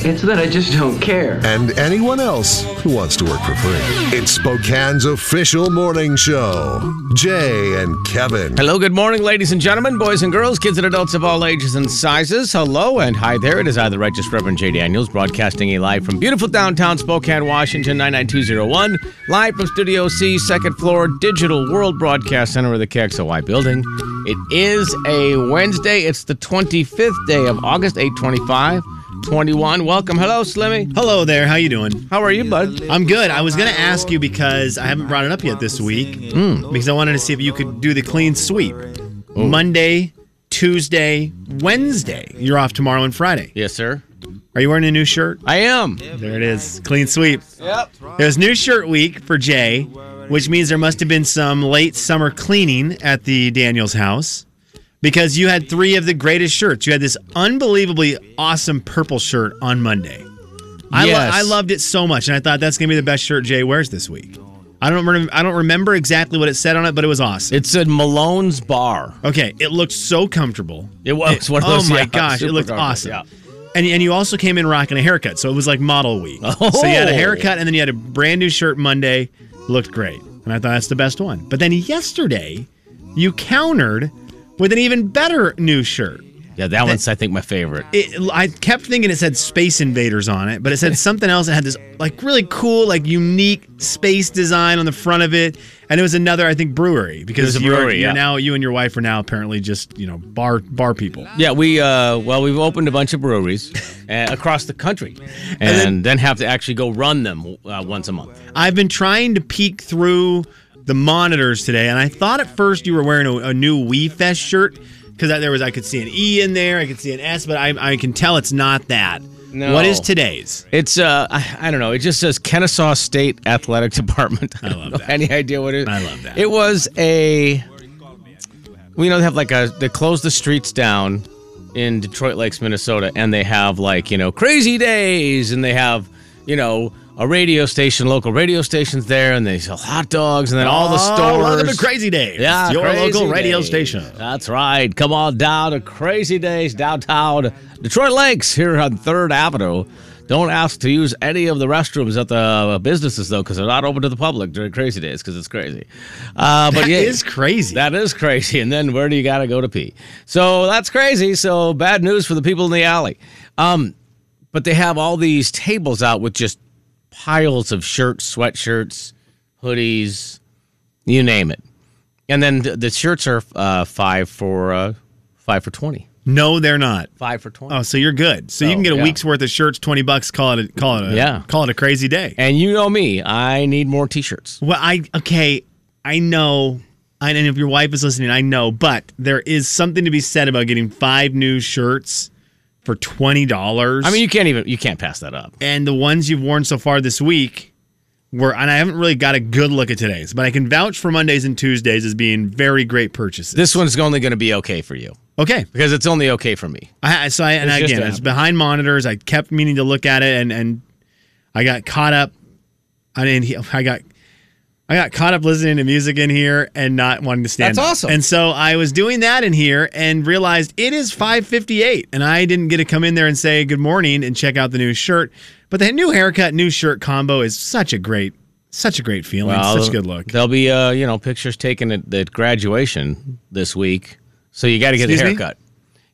It's that I just don't care. and anyone else who wants to work for free. It's Spokane's official morning show. Jay and Kevin. Hello, good morning, ladies and gentlemen, boys and girls, kids and adults of all ages and sizes. Hello and hi there. It is I, the Righteous Reverend Jay Daniels, broadcasting a live from beautiful downtown Spokane, Washington, 99201, live from Studio C, second floor, Digital World Broadcast Center of the KXOY building. It is a Wednesday. It's the 25th day of August, 825, 21. Welcome. Hello, Slimmy. Hello there. How you doing? How are you, bud? I'm good. I was gonna ask you because I haven't brought it up yet this week because I wanted to see if you could do the clean sweep. Monday, Tuesday, Wednesday. You're off tomorrow and Friday. Yes, sir. Are you wearing a new shirt? I am. There it is. Clean sweep. Yep. There's new shirt week for Jay, which means there must have been some late summer cleaning at the Daniels house because you had three of the greatest shirts. You had this unbelievably awesome purple shirt on Monday. I, lo- Yes. I loved it so much, and I thought that's gonna be the best shirt Jay wears this week. I don't rem- I don't remember exactly what it said on it, but it was awesome. It said Malone's Bar. Okay, it looked so comfortable. It was one of those- Oh my yeah, gosh, it super looked comfortable, awesome. yeah. And and you also came in rocking a haircut, so it was like model week. Oh. So you had a haircut, and then you had a brand new shirt Monday. Looked great, and I thought that's the best one. But then yesterday, you countered with an even better new shirt. Yeah, that one's, I think, my favorite. It, I kept thinking it said Space Invaders on it, but it said something else. It had this like really cool, like unique space design on the front of it, and it was another, I think, brewery was because a you're, brewery, you're yeah. now you and your wife are now apparently just you know bar bar people. Yeah, we uh, well, we've opened a bunch of breweries uh, across the country, and, then, have to actually go run them uh, once a month. I've been trying to peek through the monitors today, and I thought at first you were wearing a, a new Wii Fest shirt because there was I could see an E in there, I could see an S, but I, I can tell it's not that. No. What is today's? It's uh, I, I don't know. It just says Kennesaw State Athletic Department. I, don't love know that. Any idea what it is? I love that. It was a. We you know they have like a they close the streets down in Detroit Lakes, Minnesota, and they have like you know crazy days, and they have you know. A radio station, local radio stations there, and they sell hot dogs, and then all the Oh, stores. Welcome to Crazy Days, Yeah, your Crazy local radio Days. station. That's right. Come on down to Crazy Days downtown Detroit Lakes here on Third Avenue. Don't ask to use any of the restrooms at the businesses though, because they're not open to the public during Crazy Days because it's crazy. Uh, but That yeah, is crazy. That is crazy. And then where do you got to go to pee? So that's crazy. So bad news for the people in the alley. Um, but they have all these tables out with just piles of shirts, sweatshirts, hoodies, you name it. And then the, the shirts are uh, five for uh, five for twenty. no, they're not. Five for twenty. Oh, so you're good. So you can get a yeah. week's worth of shirts, twenty bucks. Call it, a, call it, a, Yeah. call it a crazy day. And you know me, I need more T-shirts. Well, I okay, I know, I, and if your wife is listening, I know, but there is something to be said about getting five new shirts for twenty dollars. I mean, you can't even you can't pass that up. and the ones you've worn so far this week were, and I haven't really got a good look at today's, but I can vouch for Mondays and Tuesdays as being very great purchases. This one's only going to be okay for you okay, because it's only okay for me. I, I- so I, and It's just again, an I was app. behind monitors. I kept meaning to look at it, and and I got caught up. I didn't. he- I got. I got caught up listening to music in here and not wanting to stand. That's up. awesome. And so I was doing that in here and realized it is 5:58, and I didn't get to come in there and say good morning and check out the new shirt. But the new haircut, new shirt combo is such a great, such a great feeling, such a good look. There'll be uh, you know, pictures taken at, at graduation this week. So you got to get a Excuse me? haircut.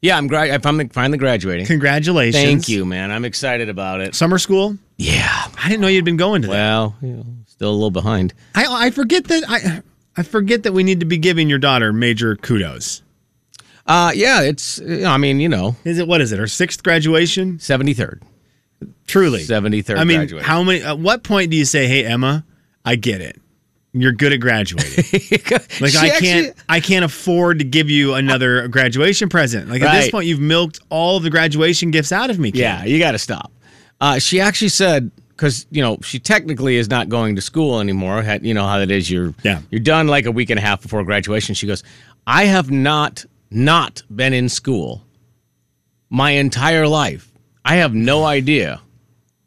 Yeah, I'm gra- I'm finally graduating. Congratulations. Thank you, man. I'm excited about it. Summer school. Yeah. I didn't know you'd been going to that. Well, you know, still a little behind. I I forget that I I forget that we need to be giving your daughter major kudos. Uh, yeah, it's uh, I mean, you know, Is it what is it? Her sixth graduation? 73rd. Truly, 73rd I mean, graduation. how many? At what point do you say, "Hey, Emma, I get it. you're good at graduating. Like She I actually- can't I can't afford to give you another graduation present. Like at this Right. point you've milked all of the graduation gifts out of me. Kid. Yeah, you got to stop. Uh, she actually said because you know she technically is not going to school anymore. Had- You know how that is. You're Yeah. you're done like a week and a half before graduation. She goes, I have not not been in school my entire life. I have no idea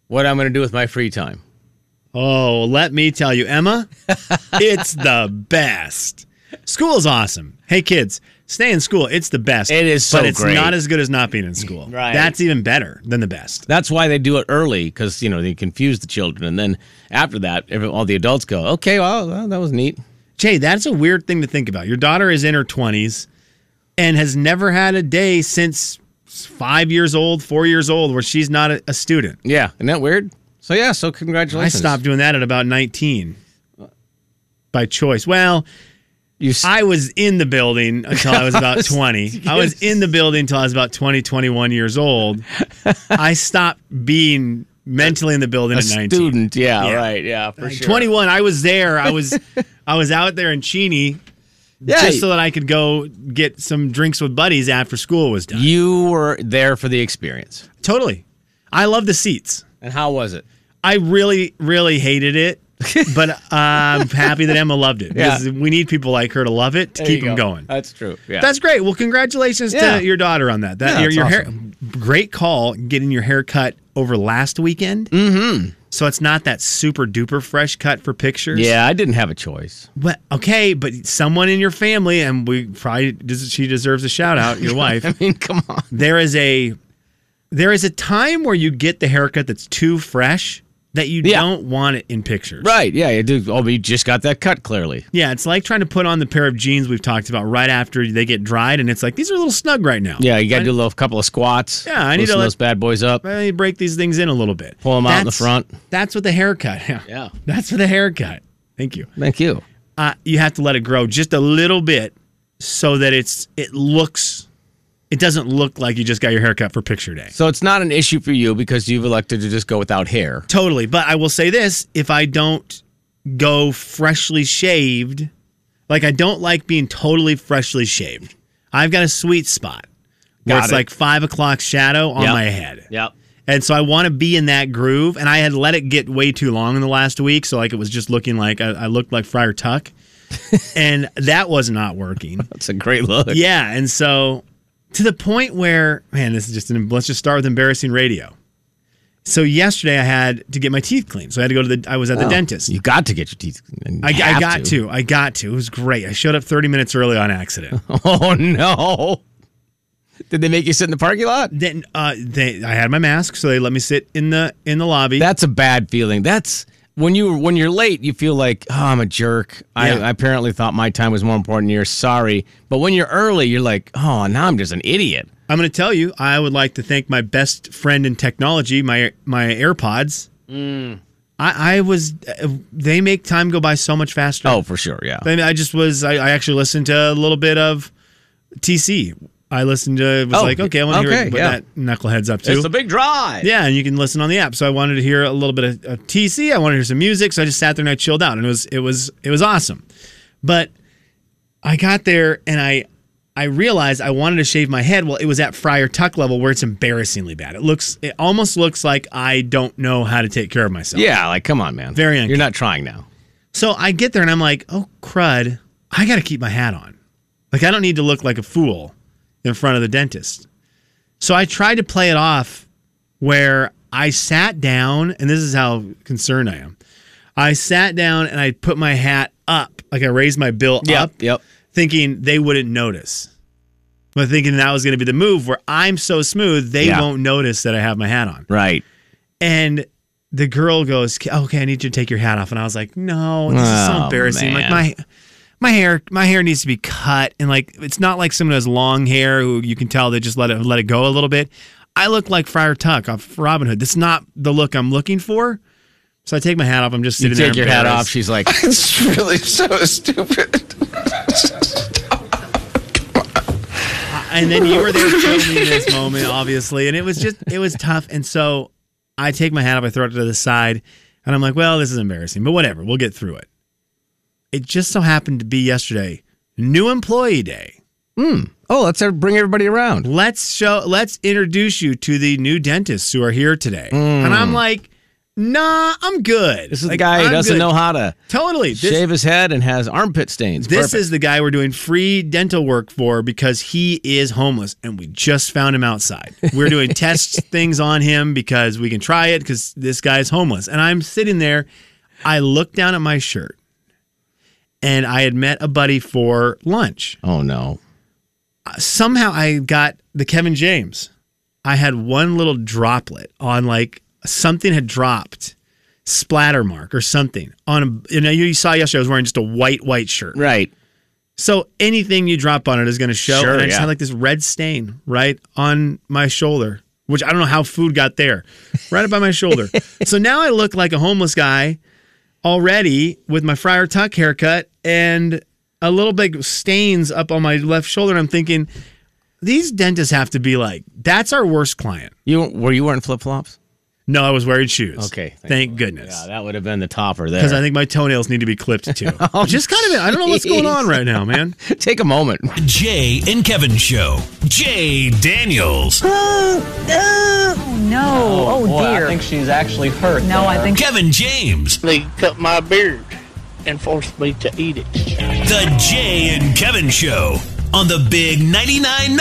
what I'm going to do with my free time. Oh, let me tell you, Emma, it's the best. School is awesome. Hey kids, stay in school. It's the best. It is so but it's great. not as good as not being in school. Right. That's even better than the best. That's why they do it early because you know they confuse the children, and then after that, every, all the adults go, okay, well, well that was neat. Jay, that's a weird thing to think about. Your daughter is in her 20s and has never had a day since 5 years old, 4 years old where she's not a, a student. Yeah, isn't that weird? So yeah, so I congratulations. stopped doing that at about 19 by choice. Well, You s- I was in the building until I was about 20. I was in the building until I was about 20, 21 years old. I stopped being mentally in the building a at 19. student. Yeah, Yeah. right. Yeah, for Like, sure. 21, I was there. I was I was out there in Cheney Yeah, just so that I could go get some drinks with buddies after school was done. you were there for the experience. Totally. I love the seats. And how was it? I really, really hated it, but uh, I'm happy that Emma loved it Yeah. because we need people like her to love it to There keep you them go. going. That's true. Yeah. That's great. Well, congratulations Yeah. to your daughter on that. That Yeah, your, that's your hair, great call getting your hair cut over last weekend. Mm-hmm. So it's not that super duper fresh cut for pictures. yeah, I didn't have a choice. But okay, but someone in your family, and we probably des- she deserves a shout out. Your wife. I mean, come on. there is a there is a time where you get the haircut that's too fresh that you Yeah. don't want it in pictures. Right. Yeah, you do. Oh, but you just got that cut clearly. Yeah, it's like trying to put on the pair of jeans we've talked about right after they get dried, and it's like these are a little snug right now. Yeah, you got to do a little couple of squats. Yeah, I need to loosen let- those bad boys up. Well, you break these things in a little bit. Pull 'em out in the That's- front. That's with the haircut. Yeah. Yeah. That's with the haircut. Thank you. Thank you. Uh, you have to let it grow just a little bit so that it's it looks it doesn't look like you just got your haircut for picture day. So it's not an issue for you because you've elected to just go without hair. Totally. But I will say this, if I don't go freshly shaved, like I don't like being totally freshly shaved. I've got a sweet spot where Got it's it. like five o'clock shadow on Yep. my head. Yep. And so I want to be in that groove. And I had let it get way too long in the last week. So, like, it was just looking like I, I looked like Friar Tuck. and that was not working. That's a great look. Yeah. And so, to the point where, man, this is just an, let's just start with embarrassing radio. So, yesterday I had to get my teeth cleaned. So, I had to go to the, I was at the dentist. Oh, You got to get your teeth. cleaned. You I, I have got to. I got to. It was great. I showed up 30 minutes early on accident. Oh no! Did they make you sit in the parking lot? then uh, they, I had my mask, so they let me sit in the in the lobby. That's a bad feeling. That's when you when you're late, you feel like oh, I'm a jerk. I, Yeah. I apparently thought my time was more important. than yours. sorry, but when you're early, you're like, oh, now I'm just an idiot. I'm going to tell you, I would like to thank my best friend in technology, my my AirPods. Mm. I, I was, uh, they make time go by so much faster. Oh, for sure, yeah. I, mean, I just was, I, I actually listened to a little bit of TC. I listened to, was Oh, like, okay, I want to okay, hear what yeah. that knucklehead's up to. big drive. yeah, and you can listen on the app. So I wanted to hear a little bit of, of TC. I wanted to hear some music. So I just sat there and I chilled out, and it was it was it was awesome. But I got there and I I realized I wanted to shave my head. Well, it was at Friar Tuck level where it's embarrassingly bad. It looks it almost looks like I don't know how to take care of myself. yeah. Like, come on, man. Very You're not trying now. So I get there and I'm like, oh crud, I got to keep my hat on. Like I don't need to look like a fool in front of the dentist. So I tried to play it off where I sat down, and this is how concerned I am. I sat down and I put my hat up, like I raised my bill up, Yep. thinking they wouldn't notice. But thinking that was going to be the move where I'm so smooth, they Yeah. won't notice that I have my hat on. Right. And the girl goes, oh, "Okay, I need you to take your hat off." And I was like, "No, this is so Oh, embarrassing. man. Like my my hair, my hair needs to be cut, and like it's not like someone who has long hair who you can tell they just let it let it go a little bit. I look like Friar Tuck off Robin Hood. That's not the look I'm looking for." So I take my hat off. I'm just You sitting there. take your hat off. embarrassed. She's like, It's really so stupid. and then you were there showing me this moment, obviously, and it was just it was tough. And so I take my hat off, I throw it to the side, and I'm like, well, this is embarrassing, but whatever, we'll get through it. It just so happened to be yesterday, new employee day. Oh, let's uh, bring everybody around. Let's show. Let's introduce you to the new dentists who are here today. And I'm like, Nah, I'm good. Hmm. This is the guy who doesn't know how to Totally. This, shave his head and has armpit stains. This Perfect. is the guy we're doing free dental work for because he is homeless and we just found him outside. We're doing test things on him because we can try it because this guy's homeless. And I'm sitting there, I look down at my shirt and I had met a buddy for lunch. Oh no. Somehow I got the Kevin James. I had one little droplet on like something had dropped. Splatter mark or something on a. You know, you saw yesterday. I was wearing just a white, white shirt. Right. So anything you drop on it is going to show. Sure, and I just yeah. had like this red stain right on my shoulder, which I don't know how food got there, right up by my shoulder. So now I look like a homeless guy already with my Friar Tuck haircut and a little big stains up on my left shoulder. And I'm thinking, these dentists have to be like, that's our worst client. You were you wearing flip flops? No, I was wearing shoes. Okay, Thank, thank goodness. Yeah, that would have been the topper there. because I think my toenails need to be clipped too. Oh, Just kind of, I don't know what's going on right now, man. Take a moment. Jay and Kevin Show. Jay Daniels. No. Oh, dear. she's actually hurt. no, I think Kevin James. They cut my beard and forced me to eat it. The Jay and Kevin Show on the Big 99.9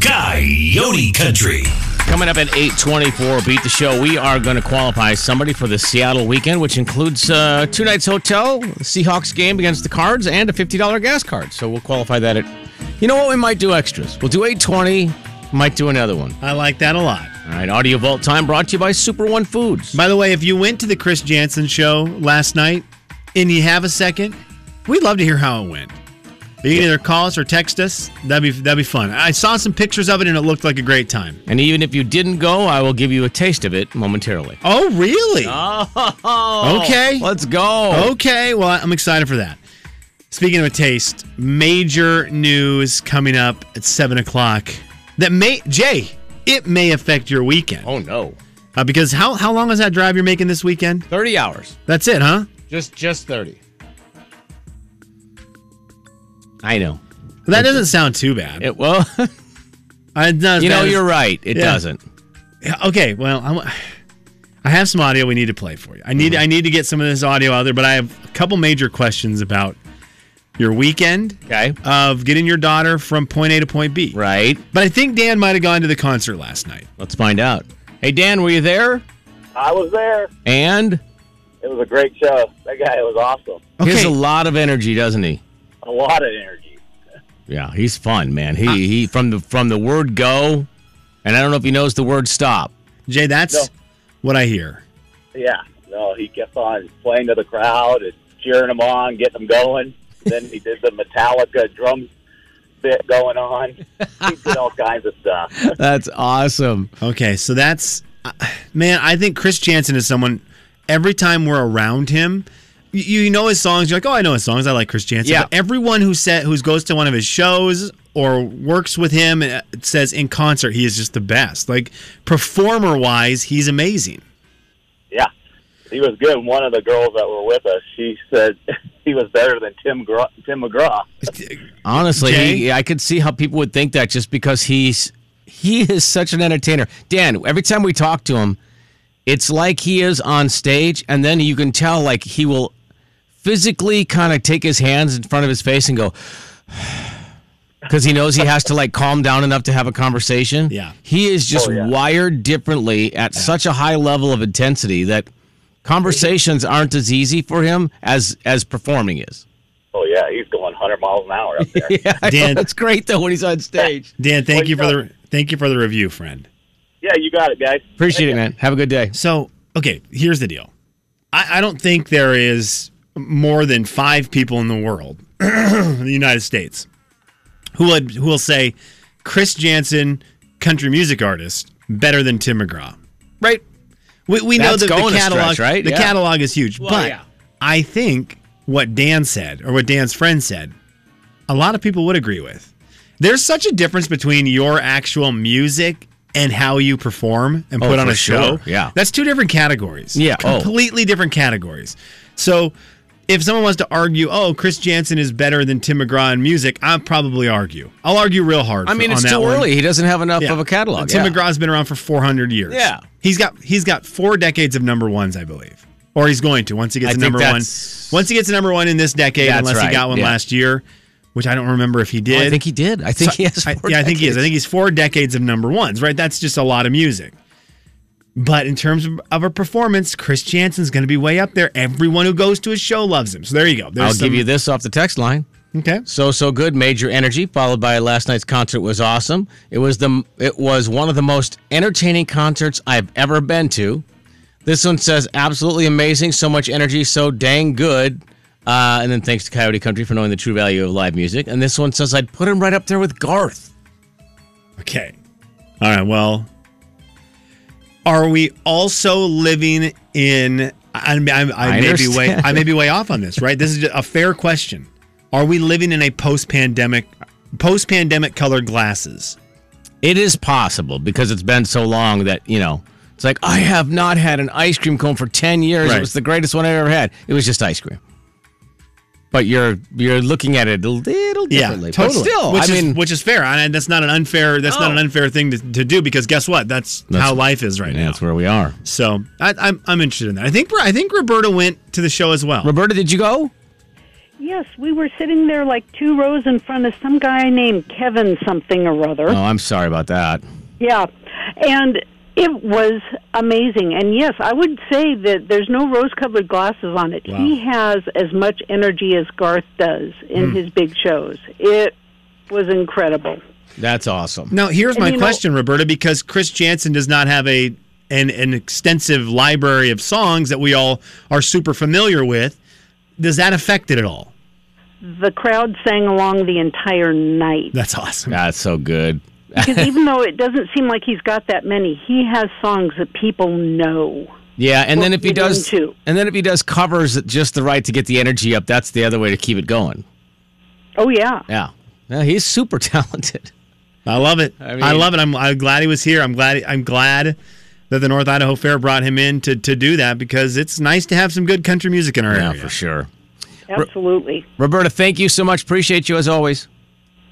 9 Coyote Country. Coming up at 824, Beat the Show, we are going to qualify somebody for the Seattle weekend, which includes uh, two nights hotel, Seahawks game against the Cards, and a $50 gas card. So we'll qualify that at, you know what, we might do extras. We'll do 820, might do another one. I like that a lot. All right, Audio Vault time brought to you by Super One Foods. By the way, if you went to the Chris Jansen show last night and you have a second, we'd love to hear how it went. You can either call us or text us. That'd be that'd be fun. I saw some pictures of it and it looked like a great time. And even if you didn't go, I will give you a taste of it momentarily. Oh, really? Oh, Okay. Let's go. Okay, well, I'm excited for that. Speaking of a taste, major news coming up at seven o'clock. That may Jay, it may affect your weekend Oh, no. uh, because how how long is that drive you're making this weekend? 30 hours. That's it, huh? Just just 30. I know. That doesn't sound too bad. It well, I, not as you know bad as- you're right. It Yeah. doesn't. Okay, well, I'm, I have some audio we need to play for you. I Mm-hmm. need I need to get some of this audio out there, but I have a couple major questions about your weekend Okay. of getting your daughter from point A to point B. Right. But I think Dan might have gone to the concert last night. Let's find out. Hey Dan, were you there? I was there. And It was a great show. That guy was awesome. he has Okay. a lot of energy, doesn't he? A lot of energy. Yeah, he's fun, man. Uh, He he from the from the word go, and I don't know if he knows the word stop. Jay, that's No. what I hear. Yeah. No, he kept on playing to the crowd and cheering them on, getting them going. then he did the Metallica drum bit going on. He did all kinds of stuff. That's awesome. Okay, so that's uh, man. I think Chris Jansen is someone. Every time we're around him, you, you know his songs. You're like, oh, I know his songs. I like Chris Jansen. Yeah. But everyone who said who goes to one of his shows or works with him uh, says in concert he is just the best. Like performer wise, he's amazing. Yeah, he was good. One of the girls that were with us, she said he was better than Tim Gr- Tim McGraw. Honestly, Jay? he, I could see how people would think that just because he's he is such an entertainer. Dan, every time we talk to him, it's like he is on stage, and then you can tell like he will physically kind of take his hands in front of his face and go because he knows he has to like calm down enough to have a conversation. Yeah. he is just Oh, yeah. wired differently at such a high level of intensity that conversations aren't as easy for him as as performing is. Oh yeah, he's going 100 miles an hour up there. Dan- that's great though when he's on stage. Dan, thank Well, you for you the thank you for the review, friend. yeah, you got it, guys. Appreciate it, man. Have a good day. So, okay, here's the deal. I, I don't think there is more than five people in the world, in the United States, who would who will say Chris Jansen, country music artist, better than Tim McGraw. Right? We, we know That's that the going a stretch, catalog, right? The Yeah. catalog is huge, but yeah. I think what Dan said or what Dan's friend said, a lot of people would agree with. There's such a difference between your actual music and how you perform and Oh, put on for a show. sure. Yeah. That's two different categories. Yeah. Oh. Completely different categories. So if someone wants to argue, oh, Chris Jansen is better than Tim McGraw in music, I'll probably argue. I'll argue real hard. I mean, for- it's on that too one. early. He doesn't have enough Yeah. of a catalog. And Tim yeah. McGraw's been around for 400 years. Yeah. he's got he's got four decades of number ones, I believe, or he's going to once he I gets a think number one. that's- Once he gets a number one in this decade, That's unless right, he got one yeah. last year, which I don't remember if he Oh, did. I think he did. I think So- he has. I- Four yeah, I think he is. I decades. think he's four decades of number ones. Right, that's just a lot of music. But in terms of, of a performance, Chris Jansen's going to be way up there. Everyone who goes to his show loves him. So there you go. There's I'll some- give you this off the text line. Okay. So so good. Major energy, followed by last night's concert was awesome. It was the it was one of the most entertaining concerts I've ever been to. This one says absolutely amazing. So much energy. So dang good. Uh, and then thanks to Coyote Country for knowing the true value of live music. And this one says I'd put him right up there with Garth. Okay. All right. Well, are we also living in? I, I, I, I may be way understand. I may be way off on this, right? This is a fair question. Are we living in a post-pandemic, post-pandemic colored glasses? It is possible because it's been so long that you know it's like I have not had an ice cream cone for ten years. Right. It was the greatest one I ever had. It was just ice cream. But you're you're looking at it a little differently. But still, which I is, mean, Oh. which is fair. I, that's not an unfair. That's not No. an unfair thing to, to do because guess what? That's, That's- how life is right yeah, now. that's where we are. So I, I'm I'm interested in that. I think I think Roberta went to the show as well. Roberta, did you go? Yes, we were sitting there like two rows in front of some guy named Kevin something or other. Oh, I'm sorry about that. Yeah, and it was amazing. And yes, I would say that there's no rose-colored glasses on it. Wow. He has as much energy as Garth does in Hmm. his big shows. It was incredible. That's awesome. Now, here's And my you know- question, Roberta, because Chris Jansen does not have a an, an extensive library of songs that we all are super familiar with. Does that affect it at all? The crowd sang along the entire night. That's awesome. That's so good. Because even though it doesn't seem like he's got that many, he has songs that people know. Yeah, and then if he Well, does, you do, and then if he does covers at just the right to get the energy up, that's the other way to keep it going. Oh, yeah. Yeah, yeah he's super talented. I love it. I, mean- love it. I'm, I'm glad he was here. I'm glad. I'm glad that the North Idaho Fair brought him in to to do that because it's nice to have some good country music in our Yeah, area. for sure. Absolutely. Roberta, thank you so much. Appreciate you as always.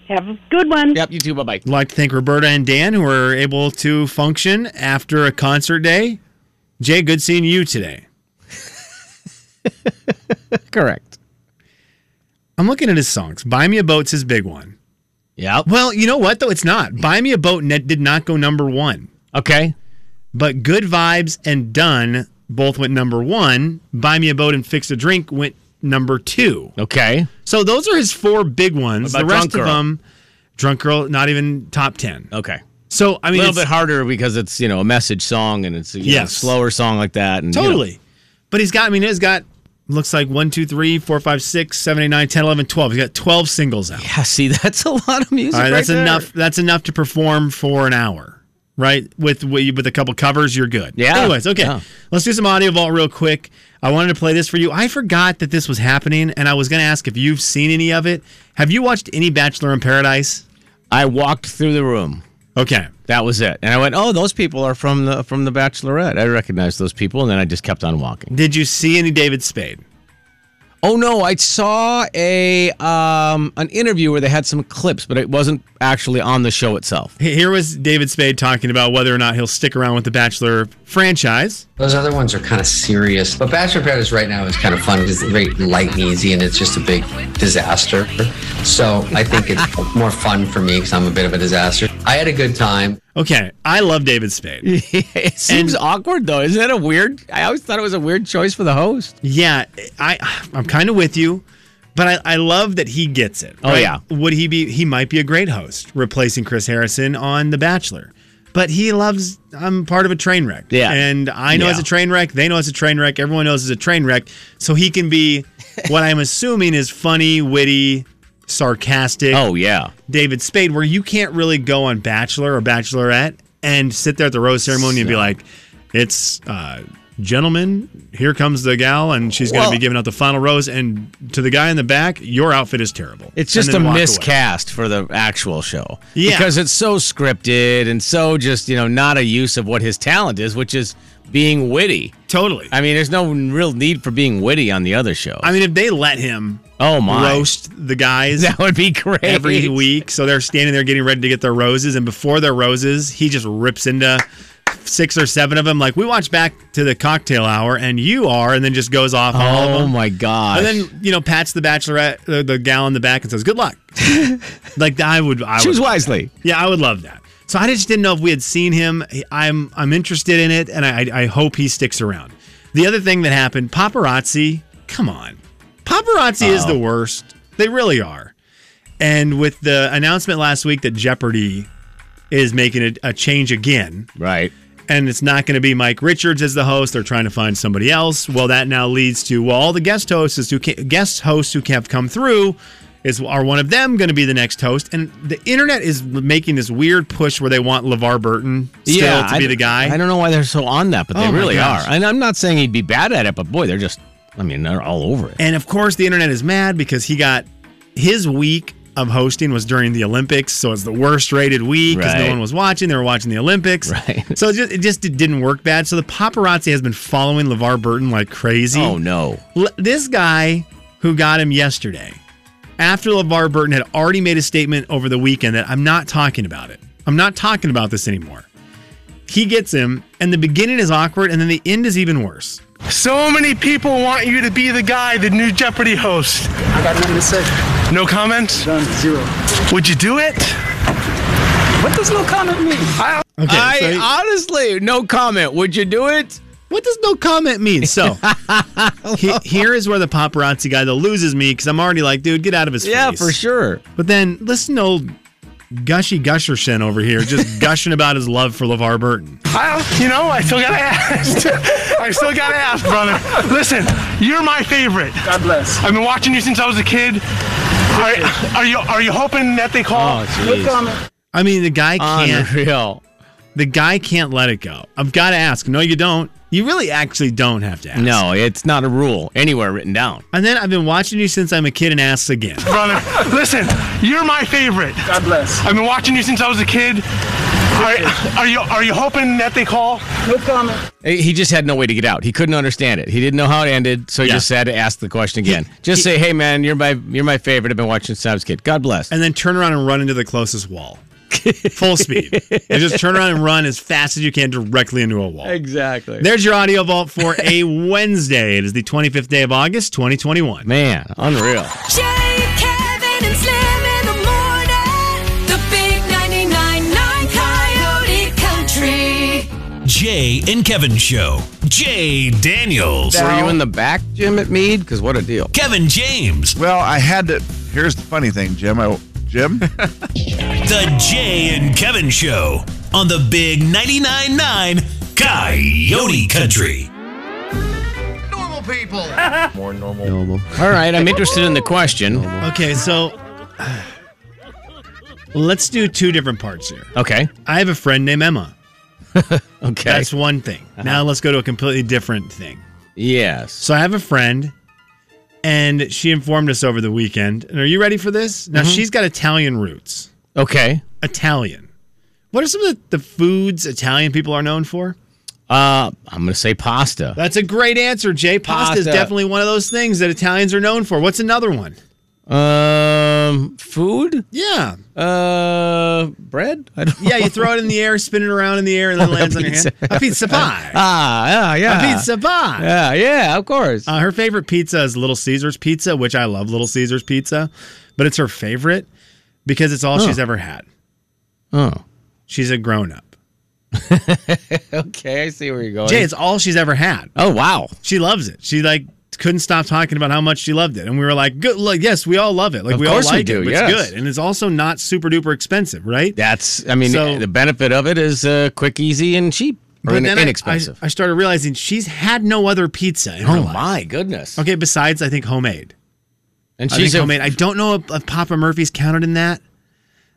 Have a good one. Yep, you too. Bye bye. I'd like to thank Roberta and Dan who were able to function after a concert day. Jay, good seeing you today. Correct. I'm looking at his songs. Buy Me a Boat's his big one. Yeah. Well, you know what though? It's not. Buy Me a Boat net did not go number one. Okay. But Good Vibes and Done both went number one. Buy Me a Boat and Fix a Drink went number two. Okay. So those are his four big ones. What The about rest Drunk Girl? of them, Drunk Girl, not even top ten. Okay. So I A mean, little it's, bit harder because it's you know a message song and it's you know, a Yes. slower song like that. And, you know- totally. But he's got. I mean, he's got. Looks like one, two, three, four, five, six, seven, eight, nine, ten, eleven, twelve. He's got twelve singles out. yeah. See, that's a lot of music. All right, right that's there. enough. That's enough to perform for an hour, right? With with a couple covers, you're good. Yeah. Anyways, okay, Yeah. let's do some audio vault real quick. I wanted to play this for you. I forgot that this was happening, and I was going to ask if you've seen any of it. Have you watched any Bachelor in Paradise? I walked through the room. Okay. That was it. And I went, oh, those people are from the from the Bachelorette. I recognized those people, and then I just kept on walking. Did you see any David Spade? Oh no, I saw a um an interview where they had some clips, but it wasn't actually on the show itself. H- Here was David Spade talking about whether or not he'll stick around with the Bachelor franchise. Those other ones are kind of serious, but Bachelor in Paradise right now is kind of fun. It's very light and easy, and it's just a big disaster. So I think it's more fun for me because I'm a bit of a disaster. I had a good time. Okay, I love David Spade. it seems awkward though. Isn't that a weird? I always thought it was a weird choice for the host. Yeah, I I'm kind of with you, but I, I love that he gets it. Oh, yeah. would he be? He might be a great host replacing Chris Harrison on The Bachelor, but he loves. I'm part of a train wreck. Yeah. and I know Yeah. it's a train wreck. They know it's a train wreck. Everyone knows it's a train wreck. So he can be what I'm assuming is funny, witty, sarcastic. Oh yeah, David Spade, where you can't really go on Bachelor or Bachelorette and sit there at the rose ceremony and be So- like, it's uh, gentlemen, here comes the gal, and she's going to Well- be giving out the final rose. And to the guy in the back, your outfit is terrible. It's And just then a walk away. miscast for the actual show. Yeah. Because it's so scripted and so just, you know, not a use of what his talent is, which is being witty. Totally. I mean, there's no real need for being witty on the other show. I mean, if they let him oh my. roast the guys, That would be great. every week. So they're standing there getting ready to get their roses, and before their roses, he just rips into six or seven of them. Like we watch back to the cocktail hour, and you are, and then just goes off on all of Oh them. my god. And then you know, pats the bachelorette, the, the gal in the back, and says, "Good luck." like I would, I Choose would, wisely. Yeah, I would love that. So I just didn't know if we had seen him. I'm I'm interested in it, and I I hope he sticks around. The other thing that happened, paparazzi. Come on, paparazzi is the worst. They really are. And with the announcement last week that Jeopardy is making a, a change again, right? And it's not going to be Mike Richards as the host. They're trying to find somebody else. Well, that now leads to well, all the guest hosts who can, guest hosts who have come through is are one of them going to be the next host? And the internet is making this weird push where they want LeVar Burton still yeah, to I- be the guy. I don't know why they're so on that, but they Oh my really are. gosh. And I'm not saying he'd be bad at it, but boy, they're just I mean, they're all over it. And of course, the internet is mad because he got his week of hosting was during the Olympics, so it's the worst rated week because no Right. one was watching. They were watching the Olympics, Right. so it just, it just didn't work bad. So the paparazzi has been following LeVar Burton like crazy. Oh no. L- this guy who got him yesterday, after LeVar Burton had already made a statement over the weekend that I'm not talking about it. I'm not talking about this anymore. He gets him, and the beginning is awkward, and then the end is even worse. So many people want you to be the guy, the new Jeopardy host. I got nothing to say. No comments? None, zero. Would you do it? What does no comment mean? I, I honestly, no comment. Would you do it? What does no comment mean? So he- here is where the paparazzi guy that loses me because I'm already like, dude, get out of his Yeah, face. for sure. But then listen to old gushy gushershin over here just gushing about his love for LeVar Burton. I, you know, I still gotta ask. I still gotta ask, brother. Listen, you're my favorite. God bless. I've been watching you since I was a kid. Are, are you are you hoping that they call? Oh, jeez. What comment? I mean, the guy can't. Unreal. The guy can't let it go. I've got to ask. No, you don't. You really actually don't have to ask. No, it's not a rule anywhere written down. And then I've been watching you since I'm a kid and asks again. brother. Listen, you're my favorite. God bless. I've been watching you since I was a kid. Are, are you are you hoping that they call? What comment? He just had no way to get out. He couldn't understand it. He didn't know how it ended, so he Yeah. just had to ask the question again. just he- say, "Hey, man, you're my you're my favorite. I've been watching since I was a kid. God bless." And then turn around and run into the closest wall. Full speed. and just turn around and run as fast as you can directly into a wall. Exactly. There's your audio vault for a Wednesday. It is the 25th day of August, 2021. Man, unreal. Jay, Kevin, and Slim in the morning. The big 99.9 Coyote Country. Jay and Kevin Show. Jay Daniels. Were you in the back, Jim, at Mead? Because what a deal. Kevin James. Well, I had to. Here's the funny thing, Jim. I, Jim? The Jay and Kevin Show on the Big 99.9 9 Coyote Country. Normal people. More normal. All right, I'm interested in the question. Okay, so let's do two different parts here. Okay. I have a friend named Emma. Okay. That's one thing. Now let's go to a completely different thing. yes. So I have a friend, and she informed us over the weekend. And are you ready for this? Mm-hmm. Now she's got Italian roots. Okay. Italian. What are some of the, the foods Italian people are known for? Uh, I'm gonna say pasta. That's a great answer, Jay. Pasta, is Pasta. definitely one of those things that Italians are known for. What's another one? Um, food. Yeah. Uh, bread. I don't Yeah, you throw it in the air, spin it around in the air, and then it lands on your hand. pizza. A pizza pie. Ah, yeah, yeah. A pizza pie. Yeah, yeah, of course. Uh, her favorite pizza is Little Caesars pizza, which I love Little Caesars pizza, but it's her favorite because it's all she's ever had. oh. She's a grown up. Okay, I see where you're going. Jay, it's all she's ever had. oh wow. She loves it. She like couldn't stop talking about how much she loved it, and we were like, "Good, like, yes, we all love it. Like Of we all course we like do, it. but yes. It's good, and it's also not super duper expensive, right? That's I mean So- the benefit of it is uh, quick, easy, and cheap. Or in- then I- inexpensive. I, I started realizing she's had no other pizza in her oh life. my goodness. Okay, besides I think homemade. And I think she's a, homemade. I don't know if, if Papa Murphy's counted in that.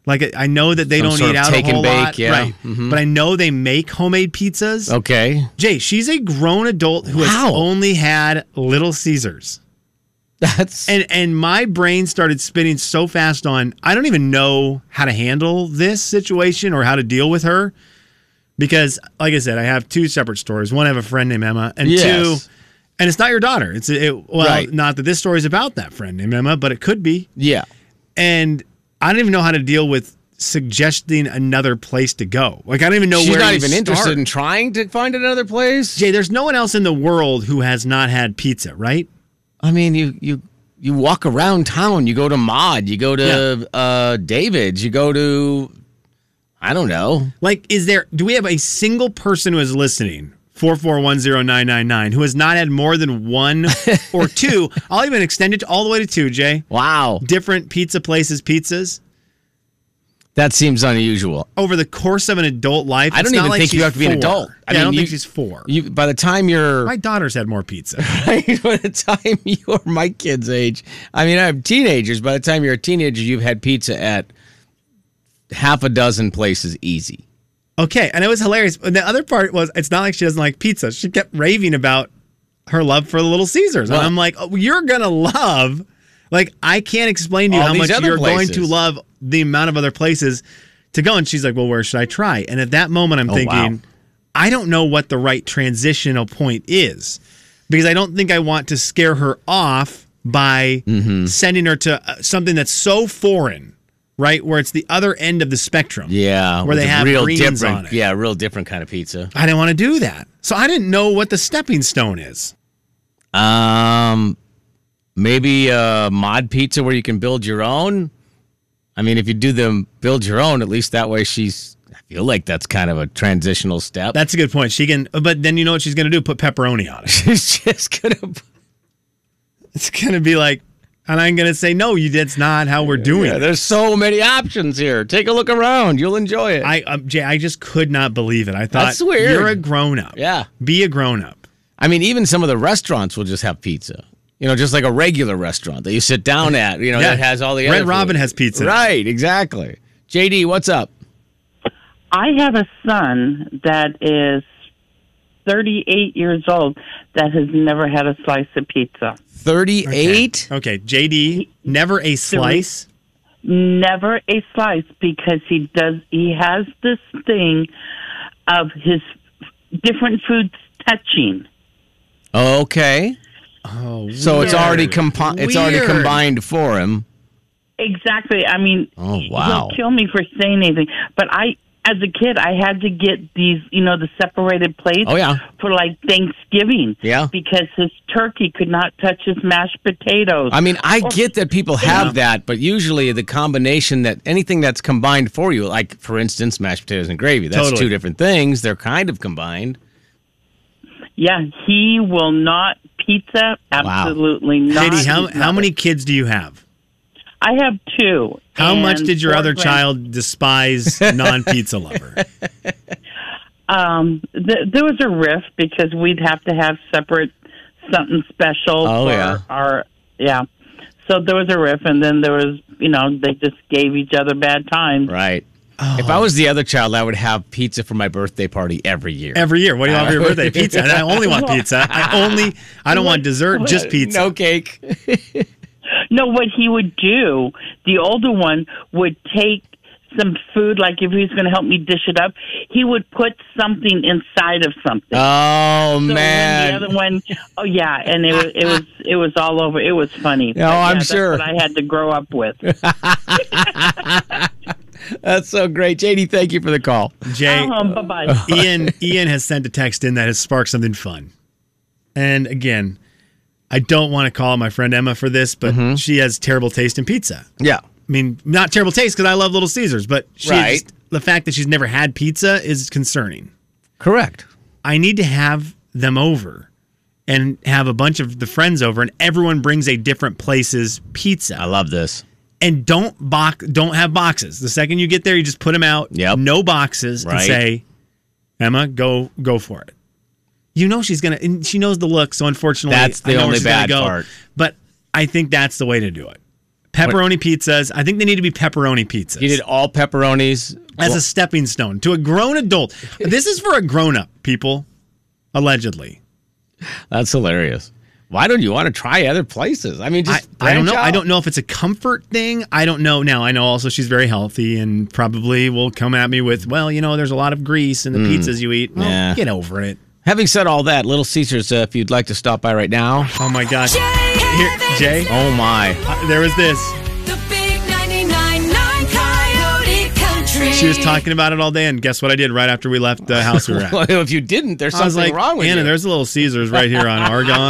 Like I- I know that they Some don't sort eat of out take a and whole bake, lot, yeah. Oh. right? Mhm. But I know they make homemade pizzas. Okay. Jay, she's a grown adult who has only had Little Caesars. That's and and my brain started spinning so fast on I don't even know how to handle this situation or how to deal with her because like I said I have two separate stories one I have a friend named Emma and Yes. two and it's not your daughter it's it well Right. not that this story is about that friend named Emma but it could be yeah and I don't even know how to deal with suggesting another place to go like I don't even know She's where not to even interested start. in trying to find another place. Jay there's no one else in the world who has not had pizza right I mean, you you you walk around town. You go to Mod. You go to uh, David's. You go to I don't know. Like, is there, do we have a single person who is listening, 4410999, who has not had more than one or two? I'll even extend it all the way to two, Jay. Wow. Different pizza places, pizzas That seems unusual. over the course of an adult life. I It's don't not even like think you she's have to be an four. adult. Yeah, I, don't mean, think you- she's four. You by the time you're My daughter's had more pizza. right? By the time you're my kid's age, I mean, I have teenagers. By the time you're a teenager, you've had pizza at half a dozen places easy. Okay, and it was hilarious. And the other part was, it's not like she doesn't like pizza. She kept raving about her love for the Little Caesars, and Well- I'm like, oh, you're gonna love. Like, I can't explain to you All how these much other you're places. going to love the amount of other places to go. And she's like, well, where should I try? And at that moment, I'm Oh, thinking, wow. I don't know what the right transitional point is because I don't think I want to scare her off by Mm-hmm. sending her to uh, something that's so foreign, right? Where it's the other end of the spectrum. Yeah, Where with they a have real greens different, on it. yeah, real different kind of pizza. I didn't want to do that. So I didn't know what the stepping stone is. Um, maybe uh, mod pizza where you can build your own. I mean, if you do them, build your own. At least that way, she's. I feel like that's kind of a transitional step. That's a good point. She can, uh, but then you know what she's going to do? Put pepperoni on it. She's just gonna. It's going to be like, and I'm going to say, no, you. That's not how we're doing. Yeah, it. there's so many options here. Take a look around. You'll enjoy it. I, um, Jay, I just could not believe it. I thought That's weird. You're a grown up. yeah. Be a grown up. I mean, even some of the restaurants will just have pizza. You know, just like a regular restaurant that you sit down at. You know, Yeah. that has all the Red other Robin food. has pizza. Right. Exactly. JD, what's up? I have a son that is 38 years old that has never had a slice of pizza. 38? Okay. JD, never a slice. Never a slice because he does he has this thing of his different foods touching. Okay. Oh, so it's already weird. compi- It's already Weird. combined for him. Exactly. I mean, Oh wow. he'll kill me for saying anything, but I as a kid I had to get these, you know, the separated plates Oh, yeah. for like Thanksgiving. Yeah. Because his turkey could not touch his mashed potatoes. I mean, I Or- get that people have that, but usually the combination that anything that's combined for you, like for instance, mashed potatoes and gravy, that's Totally. two different things. They're kind of combined. Yeah, he will not pizza. Absolutely not. JD, how, He's how not- many kids do you have? I have two. How much and did your four other grand- child despise non pizza lover? Um, th- there was a rift because we'd have to have separate something special. Oh, for yeah. Our yeah. So there was a rift, and then there was you know they just gave each other bad times. Right. If Oh. I was the other child, I would have pizza for my birthday party every year. Every year. What do you want for your birthday? Pizza. And I only want pizza. I only, I don't want dessert, just pizza. No cake. No, what he would do, the older one would take some food, like if he was going to help me dish it up, he would put something inside of something. Oh so man. When the other one, oh yeah, and it was it was it was all over. It was No, funny. But, yeah, oh, I'm that's sure. what I had to grow up with. That's so great. JD, thank you for the call. Jay, bye bye. Ian Ian has sent a text in that has sparked something fun. And again, I don't want to call my friend Emma for this, but she has terrible taste in pizza. Yeah. I mean, not terrible taste because I love Little Caesars, but she Right. just- the fact that she's never had pizza is concerning. Correct. I need to have them over and have a bunch of the friends over, and everyone brings a different place's pizza. I love this. And don't box, don't have boxes. The second you get there, you just put them out. Yep. No boxes, and Right. say, Emma, go go for it. You know she's gonna, and she knows the look. So unfortunately, That's the I know where only she's gonna bad go, part. But I think that's the way to do it. Pepperoni pizzas. I think they need to be pepperoni pizzas. You did all pepperonis as a stepping stone to a grown adult. this is for a grown up, people. Allegedly. That's hilarious. Why don't you want to try other places? I mean, just I don't branch know. out. I don't know if it's a comfort thing. I don't know. Now I know also she's very healthy and probably will come at me with, well, you know, there's a lot of grease in the Mm. pizzas you eat. Well, Yeah. get over it. Having said all that, Little Caesars, uh, if you'd like to stop by right now. Oh my gosh. Here, Jay. Uh, Oh my. there was this. The big 99.9 Coyote Country. She was talking about it all day, and guess what I did right after we left the house we were at? Well, if you didn't, there's I was something like, wrong with Anna, you. there's a little Caesars right here on Argonne.